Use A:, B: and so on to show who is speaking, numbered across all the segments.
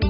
A: The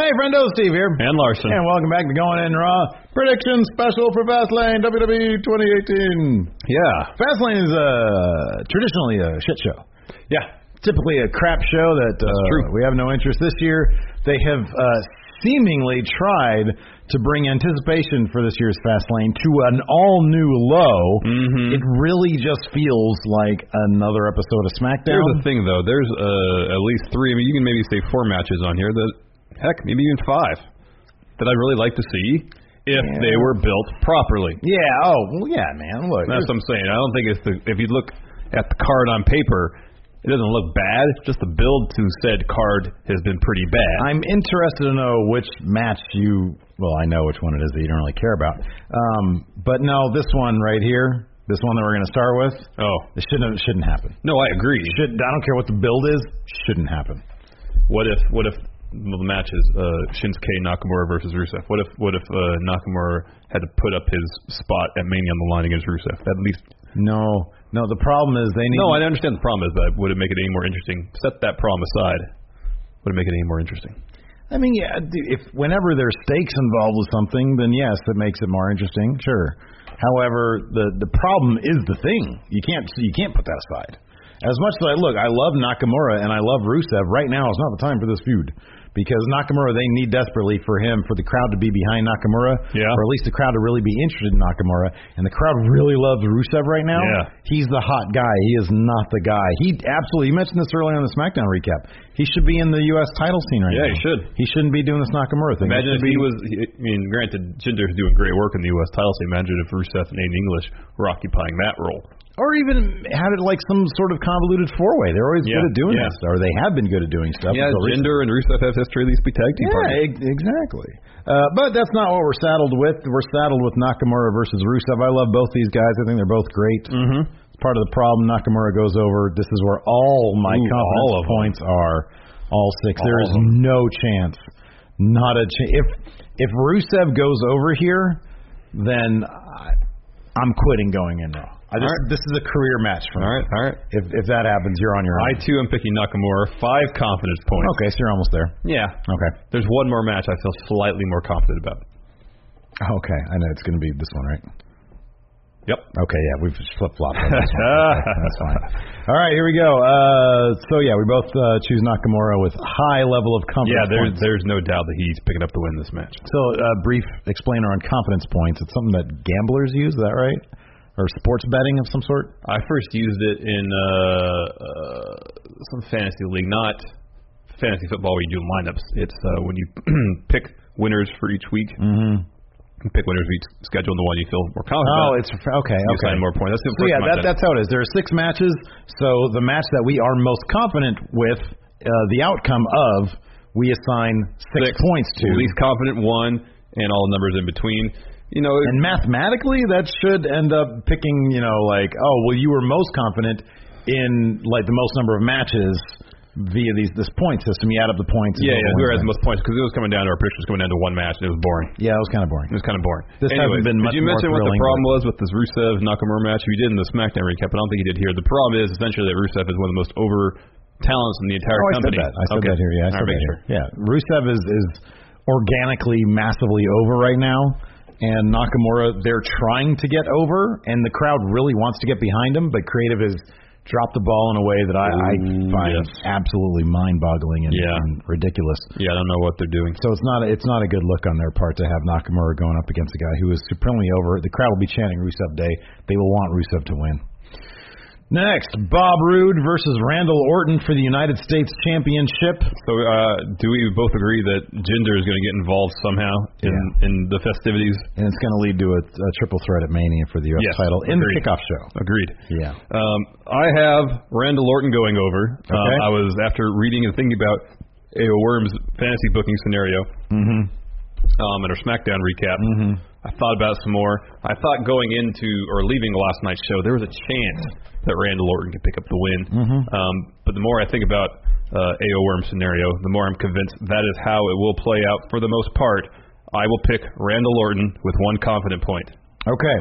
B: Hey, friendo, Steve here.
C: And Larson.
B: And welcome back to Going In Raw Prediction Special for Fastlane WWE 2018.
C: Yeah.
B: Fastlane is uh, traditionally a shit show.
C: Yeah.
B: Typically a crap show that uh,
C: true.
B: we have no interest this year. They have uh, seemingly tried to bring anticipation for this year's Fastlane to an all new low.
C: Mhm.
B: It really just feels like another episode of SmackDown.
C: Here's the thing, though. There's uh, at least three. I mean, you can maybe say four matches on here. That heck, maybe even five that I'd really like to see if
B: Yeah.
C: they were built properly.
B: yeah, oh, well, yeah, man. Look,
C: That's what I'm saying. I don't think it's the. If you look at the card on paper, it doesn't look bad. Just the build to said card has been pretty bad.
B: I'm interested to know which match you. Well, I know which one it is that you don't really care about. Um, but no, this one right here, this one that we're going to start with,
C: oh
B: it shouldn't it shouldn't happen.
C: no, I agree.
B: Should I don't care what the build is, shouldn't happen.
C: What if what if well, the match is uh, Shinsuke Nakamura versus Rusev? What if what if uh, Nakamura had to put up his spot at Mania on the line against Rusev? At least
B: No, no. The problem is they need.
C: No, I understand the problem is, but would it make it any more interesting? Set that problem aside. Would it make it any more interesting?
B: I mean, yeah. dude, If whenever there's stakes involved with something, then yes, it makes it more interesting. Sure. However, the the problem is the thing. You can't you can't put that aside. As much as I look, I love Nakamura and I love Rusev. Right now is not the time for this feud because Nakamura they need desperately for him for the crowd to be behind Nakamura,
C: Yeah.
B: or at least the crowd to really be interested in Nakamura. And the crowd really loves Rusev right now.
C: Yeah.
B: He's the hot guy. He is not the guy. He absolutely. You mentioned this earlier on the SmackDown recap. He should be in the U.S. title scene right now.
C: Yeah, he should.
B: He shouldn't be doing this Nakamura thing.
C: Imagine if
B: should
C: he
B: be-
C: was. He, I mean, granted, Jinder's doing great work in the U.S. title. So imagine if Rusev and Aiden English were occupying that role.
B: or even had it like some sort of convoluted four way. They're always
C: Yeah,
B: good at doing
C: yeah.
B: this, or they have been good at doing stuff.
C: Yeah,
B: until recently.
C: Jinder and Rusev have history. These be tag team partners.
B: Yeah, e- exactly. Uh, but that's not what we're saddled with. We're saddled with Nakamura versus Rusev. I love both these guys. I think they're both great. Mm-hmm. It's part of the problem. Nakamura goes over. This is where all my
C: Ooh,
B: confidence
C: all of them.
B: points are. All six. there
C: All
B: is
C: of them.
B: no chance. Not a chance. If if Rusev goes over here, then I, I'm quitting going in raw. I just,
C: All right.
B: This is a career match for me.
C: All right, all right.
B: If if that happens, you're on your
C: I
B: own.
C: too am picking Nakamura. Five confidence points.
B: okay, so you're almost there.
C: Oh, Yeah.
B: Okay.
C: There's one more match I feel slightly more confident about.
B: Okay, I know it's going to be this one, right?
C: Yep.
B: Okay, yeah, we've flip flopped. That's fine. All right, here we go. Uh, so yeah, we both uh, choose Nakamura with high level of confidence.
C: Yeah, there's
B: points.
C: there's no doubt that he's picking up the win this match.
B: so uh, brief explainer on confidence points. It's something that gamblers use, is that right? Or sports betting of some sort?
C: I first used it in uh, uh, some fantasy league, not fantasy football where you do lineups. It's uh, when you pick winners for each week. Mm-hmm. You pick winners for each schedule, and the one you feel more confident.
B: Oh,
C: about,
B: it's okay.
C: you
B: Okay.
C: assign more points. That's the
B: So
C: first
B: yeah, that,
C: time I've done
B: that's how it is. There are six matches, so the match that we are most confident with, uh, the outcome of, we assign
C: it.
B: six, points to.
C: least confident one, and all the numbers in between. You know,
B: And mathematically, that should end up picking, you know, like, oh, well, you were most confident in like the most number of matches via these this point system. You add up the points. and
C: yeah,
B: go
C: yeah,
B: one
C: whoever has the
B: thing.
C: most points because it was coming down to our predictions coming down to one match, and it was boring.
B: Yeah, that was kind of boring.
C: It was kind of boring.
B: This hasn't
C: Anyways,
B: been much
C: Did you
B: more
C: mention what the
B: thrilling,
C: problem was with this Rusev Nakamura match? You did in the SmackDown recap, but I don't think you did here. The problem is essentially that Rusev is one of the most over talents in the entire
B: Oh, I said
C: company.
B: that. I said
C: Okay.
B: that here. Yeah, I
C: All
B: said
C: right,
B: that
C: make
B: here. Yeah, Rusev is is organically massively over right now, and Nakamura they're trying to get over, and the crowd really wants to get behind him, but Creative has dropped the ball in a way that I, I
C: Ooh,
B: find
C: yes.
B: absolutely mind-boggling and,
C: Yeah.
B: and ridiculous.
C: sure. Yeah, I don't know what they're doing.
B: So it's not a, it's not a good look on their part to have Nakamura going up against a guy who is supremely over. The crowd will be chanting Rusev Day. They will want Rusev to win. Next, Bob Roode versus Randall Orton for the United States Championship.
C: So uh, do we both agree that Jinder is going to get involved somehow in
B: Yeah.
C: in the festivities?
B: And it's going to lead to a, a triple threat at Mania for the U.S.
C: Yes,
B: title in the
C: agreed.
B: kickoff show.
C: Agreed.
B: Yeah.
C: Um, I have Randall Orton going over. Um,
B: Okay.
C: I was after reading and thinking about a Worms fantasy booking scenario
B: Mm-hmm.
C: um, and our SmackDown recap. I thought about it some more. I thought going into or leaving last night's show, there was a chance that Randall Orton could pick up the win.
B: Mm-hmm.
C: Um, but the more I think about uh, AO Worm scenario, the more I'm convinced that is how it will play out for the most part. I will pick Randall Orton with one confident point.
B: Okay.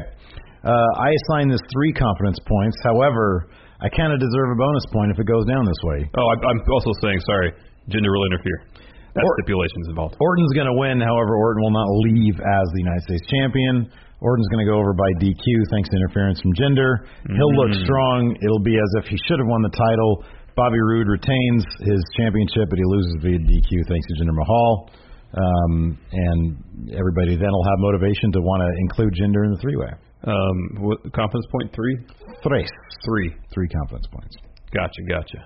B: Uh, I assign this three confidence points. However, I kind of deserve a bonus point if it goes down this way.
C: Oh, I, I'm also saying sorry. Gender will interfere. That's
B: Or-
C: stipulations involved.
B: Orton's going to win. However, Orton will not leave as the United States champion. Orton's going to go over by DQ thanks to interference from gender. He'll look
C: Mm.
B: strong. It'll be as if he should have won the title. Bobby Roode retains his championship, but he loses via DQ thanks to Jinder Mahal. Um, and everybody then will have motivation to want to include gender in the three-way.
C: Um, what, confidence point three,
B: Tres.
C: three.
B: Three confidence points.
C: Gotcha, gotcha.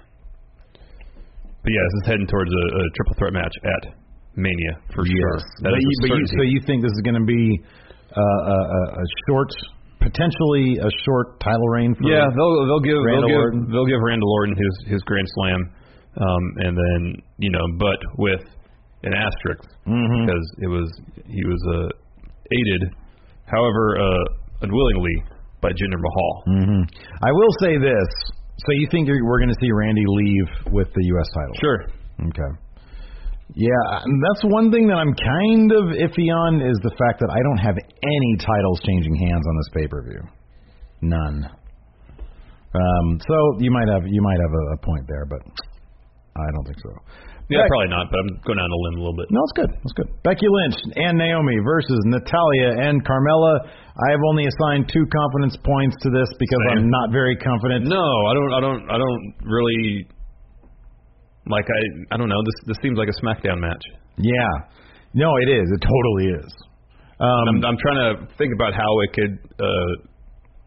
C: But yeah, this is heading towards a, a triple threat match at Mania for sure. That
B: But
C: is
B: you,
C: a
B: but you,
C: certainty.
B: so you think this is going to be uh, a, a, a short, potentially a short title reign for
C: yeah, they'll they'll give
B: Randall
C: they'll give
B: Orton.
C: they'll give Randall Mm-hmm. Orton his his grand slam, um, and then you know, but with an asterisk
B: Mhm.
C: because it was he was uh, aided, however uh, unwillingly by Jinder Mahal.
B: Mhm. I will say this. So you think you're, we're going to see Randy leave with the U.S. title?
C: Sure,
B: Okay. Yeah, and that's one thing that I'm kind of iffy on is the fact that I don't have any titles changing hands on this pay per view. None. Um, so you might have you might have a, a point there, but I don't think so.
C: yeah,
B: Back-
C: probably not, but I'm going down the limb a little bit.
B: No, it's good. It's good. Becky Lynch and Naomi versus Natalia and Carmella. I have only assigned two confidence points to this because
C: Same.
B: I'm not very confident.
C: No, I don't. I don't. I don't really. Like I, I don't know. This this seems like a SmackDown match.
B: Yeah. No, it is. It totally is.
C: I'm
B: Um,
C: I'm trying to think about how it could uh,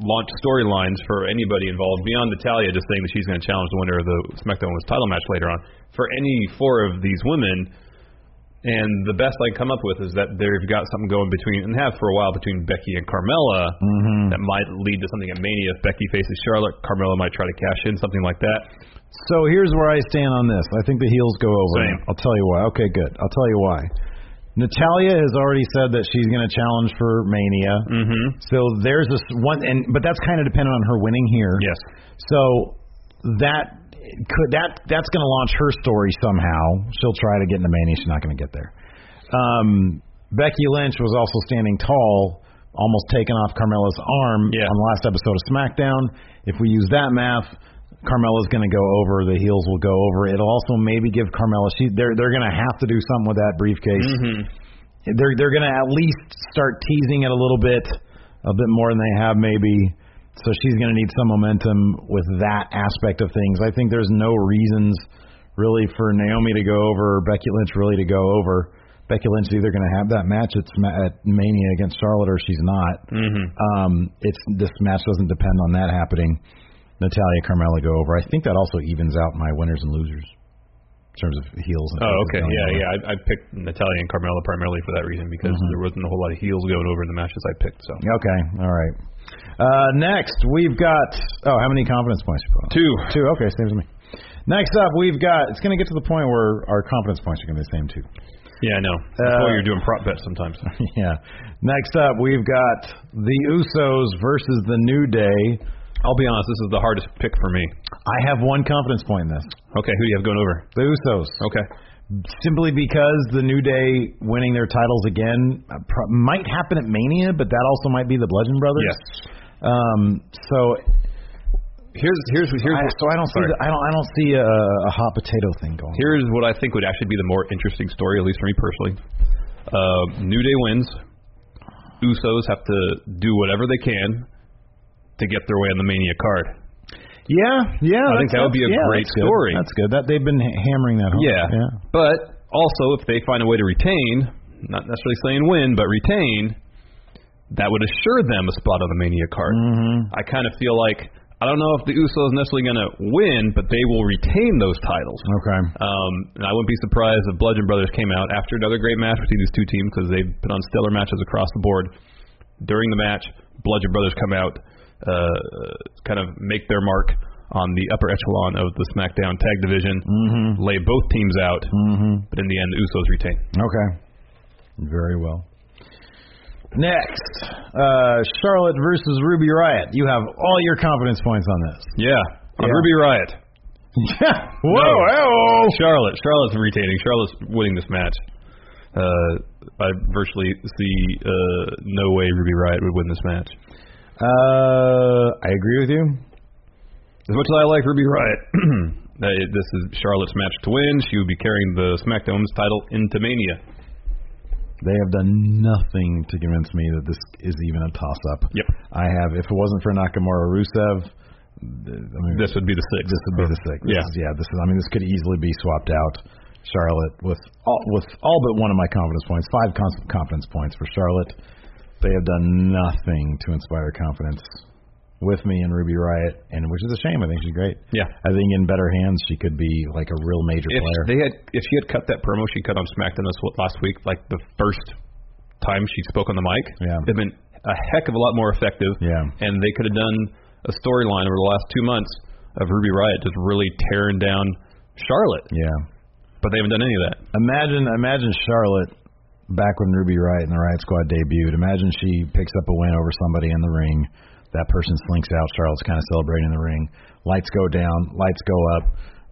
C: launch storylines for anybody involved beyond Natalia just saying that she's going to challenge the winner of the SmackDown Women's Title match later on. For any four of these women, and the best I can come up with is that they've got something going between and have for a while between Becky and Carmella that might lead to something at Mania. If Becky faces Charlotte, Carmella might try to cash in something like that.
B: so here's where I stand on this. I think the heels go over.
C: Same.
B: I'll tell you why. Okay, good. I'll tell you why. Natalia has already said that she's going to challenge for Mania.
C: Mm-hmm.
B: So there's this one, and but that's kind of dependent on her winning here.
C: Yes.
B: So that could that that's going to launch her story somehow. She'll try to get into Mania. She's not going to get there. Um, Becky Lynch was also standing tall, almost taking off Carmella's arm
C: Yeah.
B: on the last episode of SmackDown. If we use that math, Carmella's going to go over. The heels will go over. It'll also maybe give Carmella. She they're they're going to have to do something with that briefcase
C: Mm-hmm.
B: they're they're going to at least start teasing it a little bit, a bit more than they have maybe. So she's going to need some momentum with that aspect of things. I think there's no reasons really for Naomi to go over or Becky Lynch really to go over. Becky Lynch is either going to have that match at, Sma- at Mania against Charlotte or she's not.
C: Mm-hmm.
B: Um, it's this match doesn't depend on that happening. Natalia Carmella go over. I think that also evens out my winners and losers in terms of heels. And
C: Oh,
B: faces
C: okay.
B: going
C: Yeah, Mm-hmm.
B: over.
C: yeah. I, I picked Natalia and Carmella primarily for that reason because there wasn't a whole lot of heels going over in the matches I picked. So
B: Okay. All right. Uh, next, we've got. Oh, how many confidence points you put on?
C: two.
B: Two. Okay, same as me. Next up, we've got. It's going to get to the point where our confidence points are going to be the same too.
C: Yeah, I know. That's why
B: Uh,
C: you're doing prop bets sometimes.
B: yeah. Next up, we've got the Usos versus the New Day.
C: I'll be honest. This is the hardest pick for me.
B: I have one confidence point in this.
C: Okay, who do you have going over?
B: The Usos,
C: Okay.
B: simply because the New Day winning their titles again uh, pro- might happen at Mania, but that also might be the Bludgeon Brothers.
C: Yes.
B: Um. So
C: Here's here's here's
B: I, so I don't see
C: sorry.
B: the, I don't I don't see a, a hot potato thing going.
C: Here's what I think would actually be the more interesting story, at least for me personally. Uh, New Day wins. Usos have to do whatever they can to get their way on the Mania card.
B: Yeah, yeah.
C: I think
B: that's-
C: that would be a
B: yeah,
C: great
B: that's good.
C: story.
B: That's good. That they've been ha- hammering that. Home.
C: Yeah. But also, if they find a way to retain, not necessarily saying win, but retain, that would assure them a spot on the Mania card. I kind of feel like I don't know if the Usos are necessarily going to win, but they will retain those titles.
B: Okay.
C: Um, and I wouldn't be surprised if Bludgeon Brothers came out after another great match between these two teams because they've put on stellar matches across the board. During the match, Bludgeon Brothers come out, uh, kind of make their mark on the upper echelon of the SmackDown Tag Division, lay both teams out, but in the end, the Usos retain.
B: Okay. Very well. Next, uh, Charlotte versus Ruby Riot. You have all your confidence points on this.
C: Yeah, on
B: Yeah.
C: Ruby Riot.
B: Whoa,
C: No. Charlotte. Charlotte's retaining. Charlotte's winning this match. Uh, I virtually see uh, no way Ruby Riot would win this match.
B: Uh, I agree with you.
C: As much as I like Ruby Riot, that it- this is Charlotte's match to win. She would be carrying the SmackDown's title into Mania.
B: They have done nothing to convince me that this is even a toss-up.
C: Yep.
B: I have. If it wasn't for Nakamura Rusev, th- I mean,
C: This would be the sixth.
B: this would be the six. This
C: Yeah.
B: is- yeah. This is. I mean, this could easily be swapped out. Charlotte with all with all but one of my confidence points, five cons- confidence points for Charlotte. They have done nothing to inspire confidence with me in Ruby Riot, and which is a shame. I think she's great.
C: Yeah.
B: I think in better hands she could be like a real major
C: If
B: player.
C: they had, if she had cut that promo she cut on SmackDown this w- last week, like the first time she spoke on the mic,
B: Yeah.
C: it'd been a heck of a lot more effective.
B: Yeah.
C: And they could have done a storyline over the last two months of Ruby Riot just really tearing down Charlotte,
B: yeah.
C: but they haven't done any of that.
B: Imagine, imagine Charlotte back when Ruby Riot and the Riot Squad debuted. Imagine she picks up a win over somebody in the ring. That person slinks out. Charlotte's kind of celebrating in the ring. Lights go down. Lights go up.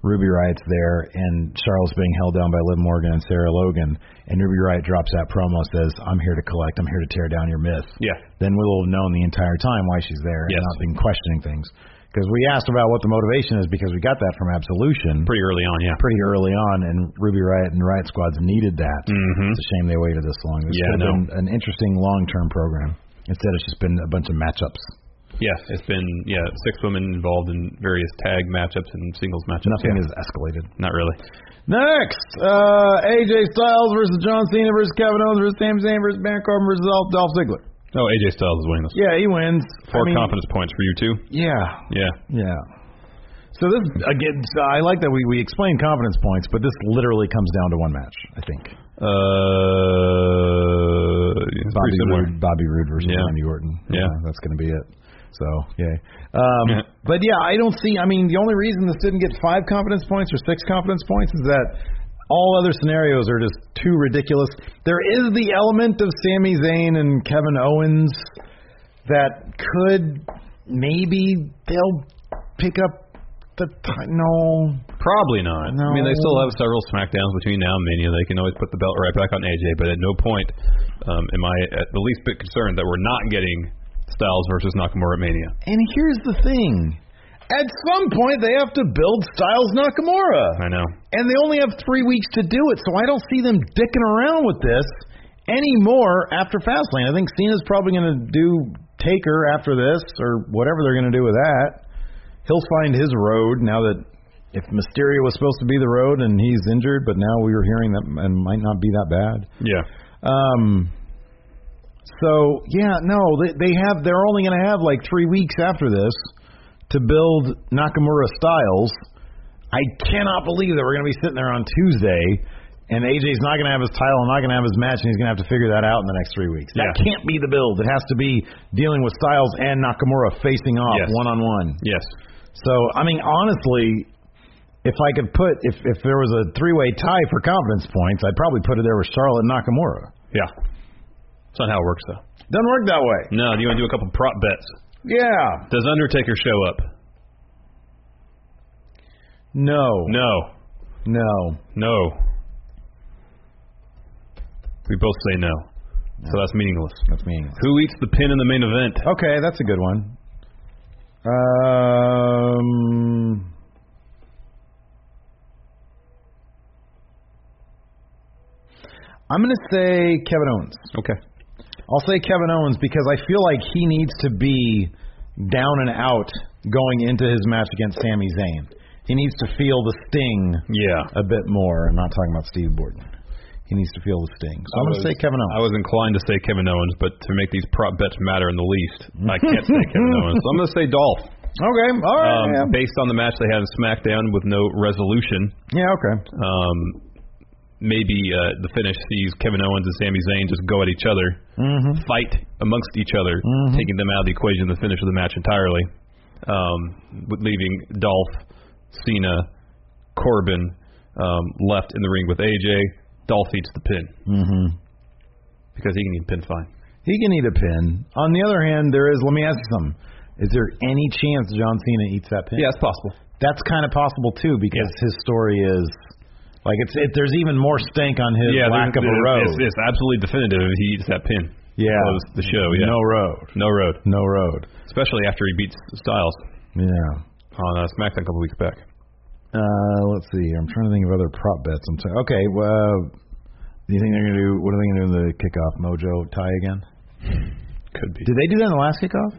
B: Ruby Riot's there, and Charlotte's being held down by Liv Morgan and Sarah Logan. And Ruby Riot drops that promo, says, "I'm here to collect. I'm here to tear down your myth."
C: Yeah.
B: Then we'll have known the entire time why she's there
C: Yes.
B: and not been questioning things. Because we asked about what the motivation is, because we got that from Absolution
C: Pretty early on, yeah.
B: pretty early on, and Ruby Riot and Riot Squads needed that.
C: Mhm.
B: It's a shame they waited this long. This
C: Yeah,
B: could
C: I
B: have
C: know.
B: been an interesting long-term program. Instead, it's just been a bunch of matchups.
C: Yes, it's been yeah six women involved in various tag matchups and singles matchups.
B: Nothing
C: yeah.
B: has escalated.
C: not really.
B: Next, uh, AJ Styles versus John Cena versus Kevin Owens versus Sam Zayn versus Baron Corbin versus Dolph, Dolph Ziggler.
C: Oh, AJ Styles is winning this.
B: Yeah, he wins.
C: Four
B: I mean,
C: confidence points for you too.
B: Yeah,
C: Yeah,
B: yeah. So this again, so I like that we we explain confidence points, but this literally comes down to one match, I think.
C: Uh, yeah, it's
B: Bobby
C: pretty similar.
B: Roode, Bobby Roode versus
C: Yeah.
B: Randy Orton. Uh,
C: Yeah.
B: that's going to be it. So, yay. Um,
C: Yeah.
B: But yeah, I don't see. I mean, the only reason this didn't get five confidence points or six confidence points is that all other scenarios are just too ridiculous. There is the element of Sami Zayn and Kevin Owens that could maybe they'll pick up the t- no.
C: Probably not. I mean, they
B: No.
C: still have several SmackDowns between now and Mania. They can always put the belt right back on AJ, but at no point um, am I at the least bit concerned that we're not getting Styles versus Nakamura at Mania.
B: And here's the thing. At some point, they have to build Styles Nakamura.
C: I know.
B: And they only have three weeks to do it, so I don't see them dicking around with this anymore after Fastlane. I think Cena's probably going to do Taker after this, or whatever they're going to do with that. He'll find his road now that if Mysterio was supposed to be the road and he's injured, but now we were hearing that and might not be that bad.
C: Yeah.
B: Um. So yeah, no, they they have they're only going to have like three weeks after this to build Nakamura Styles. I cannot believe that we're going to be sitting there on Tuesday and AJ's not going to have his title and not going to have his match and he's going to have to figure that out in the next three weeks. That
C: Yeah.
B: can't be the build. It has to be dealing with Styles and Nakamura facing off
C: Yes.
B: one on one.
C: Yes.
B: So I mean, honestly, if I could put if if there was a three way tie for confidence points, I'd probably put it there with Charlotte and Nakamura.
C: Yeah. It's not how it works, though.
B: Doesn't work that way.
C: No, do you want to do a couple prop bets?
B: Yeah.
C: Does Undertaker show up?
B: No.
C: No.
B: No.
C: No. We both say no. So that's meaningless.
B: That's meaningless.
C: Who eats the pin in the main event?
B: Okay, that's a good one. Um. I'm going to say Kevin Owens.
C: Okay.
B: I'll say Kevin Owens because I feel like he needs to be down and out going into his match against Sami Zayn. He needs to feel the sting
C: Yeah.
B: a bit more. I'm not talking about Steve Borden. He needs to feel the sting. So I'm going to
C: was-
B: say Kevin Owens.
C: I was inclined to say Kevin Owens, but to make these prop bets matter in the least, I can't say Kevin Owens. So I'm going to say Dolph.
B: Okay. All right.
C: Um,
B: yeah.
C: Based on the match they had in SmackDown with no resolution,
B: yeah. Okay.
C: um, maybe uh, the finish sees Kevin Owens and Sami Zayn just go at each other, fight amongst each other, taking them out of the equation of the finish of the match entirely. um, with leaving Dolph, Cena, Corbin um, left in the ring with AJ. Dolph eats the pin
B: Mm-hmm.
C: because he can eat the pin fine.
B: He can eat a pin. On the other hand, there is. Let me ask you something. Is there any chance John Cena eats that pin?
C: Yeah, it's possible.
B: That's kind of possible too because his story is like it's. It, there's even more stank on his
C: yeah,
B: lack of
C: there's-
B: a
C: it's-
B: road.
C: It's, it's absolutely definitive if he eats that pin.
B: Yeah.
C: Close the show. Yeah.
B: No road.
C: No road.
B: No road.
C: Especially after he beats Styles
B: Yeah.
C: on uh, SmackDown a couple weeks back.
B: Uh, let's see. I'm trying to think of other prop bets. I'm sorry. Okay. Well, do you think they're gonna do? What are they gonna do in the kickoff? Mojo tie again?
C: Could be.
B: Did they do that in the last kickoff?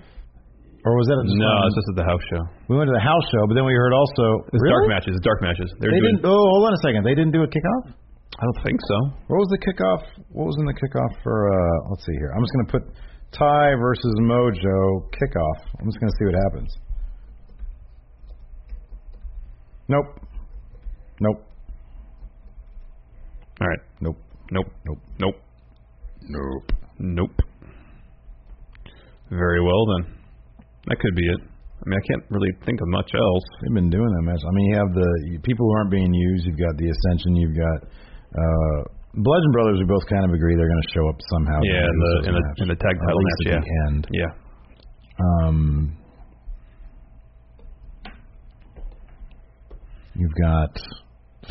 B: Or was that a
C: no, it's just at the house show.
B: we went to the house show, but then we heard also
C: It's
B: Really?
C: dark matches. Dark matches. They're
B: They
C: doing.
B: didn't. Oh, hold on a second. They didn't do a kickoff.
C: I don't think so.
B: What was the kickoff? What was in the kickoff for? uh Let's see here. I'm just gonna put Ty versus Mojo kickoff. I'm just gonna see what happens. Nope. Nope.
C: All right.
B: Nope.
C: Nope.
B: Nope.
C: Nope.
B: Nope.
C: Nope. Very well then. That could be it. I mean, I can't really think of much else.
B: They've been doing that match. I mean, you have the you- people who aren't being used. You've got the Ascension. You've got uh, Bludgeon Brothers. We both kind of agree they're going to show up somehow.
C: Yeah,
B: during
C: in the-
B: this
C: in the-
B: match,
C: in the
B: or
C: tag title
B: at least
C: match,
B: at the end.
C: Yeah.
B: Um, you've got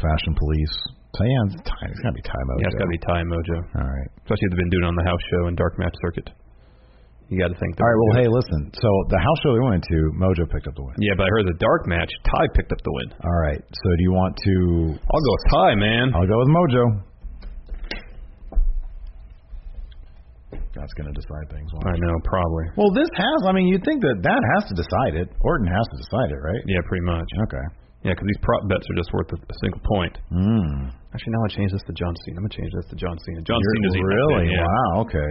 B: Fashion Police. So yeah, it's, time. it's got to be time.
C: Yeah, it's got to be Ty and Mojo.
B: All right.
C: Especially if they've been doing it on the house show and dark match circuit. You got to think.
B: All right. Well, hey, listen. So the house show we went to, Mojo picked up the win.
C: Yeah, but I heard the dark match, Ty picked up the win.
B: All right. So do you want to?
C: I'll go with Ty, man.
B: I'll go with Mojo. That's going to decide things. won't
C: I
B: it?
C: know, probably.
B: Well, this has. I mean, you'd think that that has to decide it. Orton has to decide it, right?
C: Yeah, pretty much.
B: Okay.
C: Yeah, because these prop bets are just worth a, a single point.
B: Mm.
C: Actually, now I change this to John Cena. I'm gonna change this to John Cena. John
B: You're-
C: Cena's eating that
B: really?
C: thing, yeah.
B: Wow. Okay.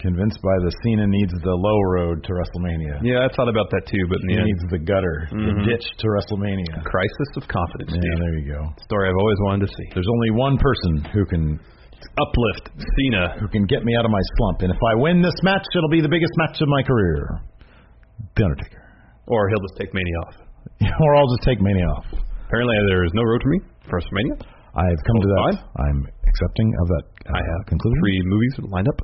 B: Convinced by the Cena needs the low road to WrestleMania.
C: Yeah, I thought about that too, but in
B: He
C: the end,
B: needs the gutter, the ditch to WrestleMania.
C: crisis of confidence.
B: Yeah,
C: Steve.
B: there you go.
C: Story I've always wanted to see.
B: There's only one person who can
C: Uplift Cena.
B: who can get me out of my slump, and if I win this match, it'll be the biggest match of my career. The Undertaker.
C: Or he'll just take Mania off.
B: or I'll just take Mania off.
C: Apparently, there is no road to me for Mania.
B: I've come to that.
C: Fine.
B: I'm accepting of that uh,
C: I have
B: conclusion.
C: three movies lined up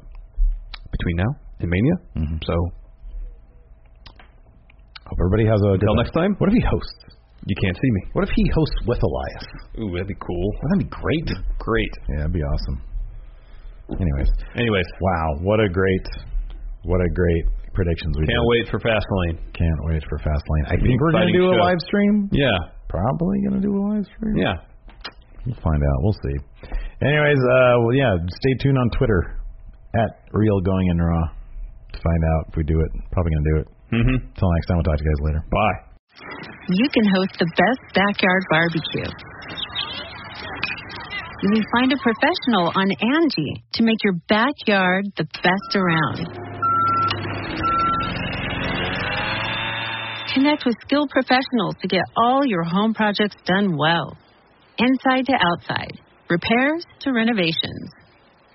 C: between now and Mania. So
B: Hope everybody has a good
C: until
B: night.
C: next time,
B: What if he hosts?
C: you can't see me.
B: What if he hosts with Elias?
C: Ooh, that'd be cool. That'd be great. Great.
B: Yeah, that'd be awesome. Anyways,
C: Anyways,
B: wow, what a great, what a great predictions we
C: can't
B: did.
C: wait for Fastlane.
B: Can't wait for Fastlane. I think we're gonna
C: Exciting
B: do a
C: show.
B: live stream.
C: Yeah.
B: Probably gonna do a live stream.
C: Yeah.
B: we'll find out. We'll see. Anyways, uh, well, yeah, stay tuned on Twitter at Real Going In Raw to find out if we do it. Probably gonna do it.
C: Mm-hmm.
B: Until next time, we'll talk to you guys later.
C: Bye.
D: you can host the best backyard barbecue. You can find a professional on Angie to make your backyard the best around. Connect with skilled professionals to get all your home projects done well. Inside to outside, repairs to renovations.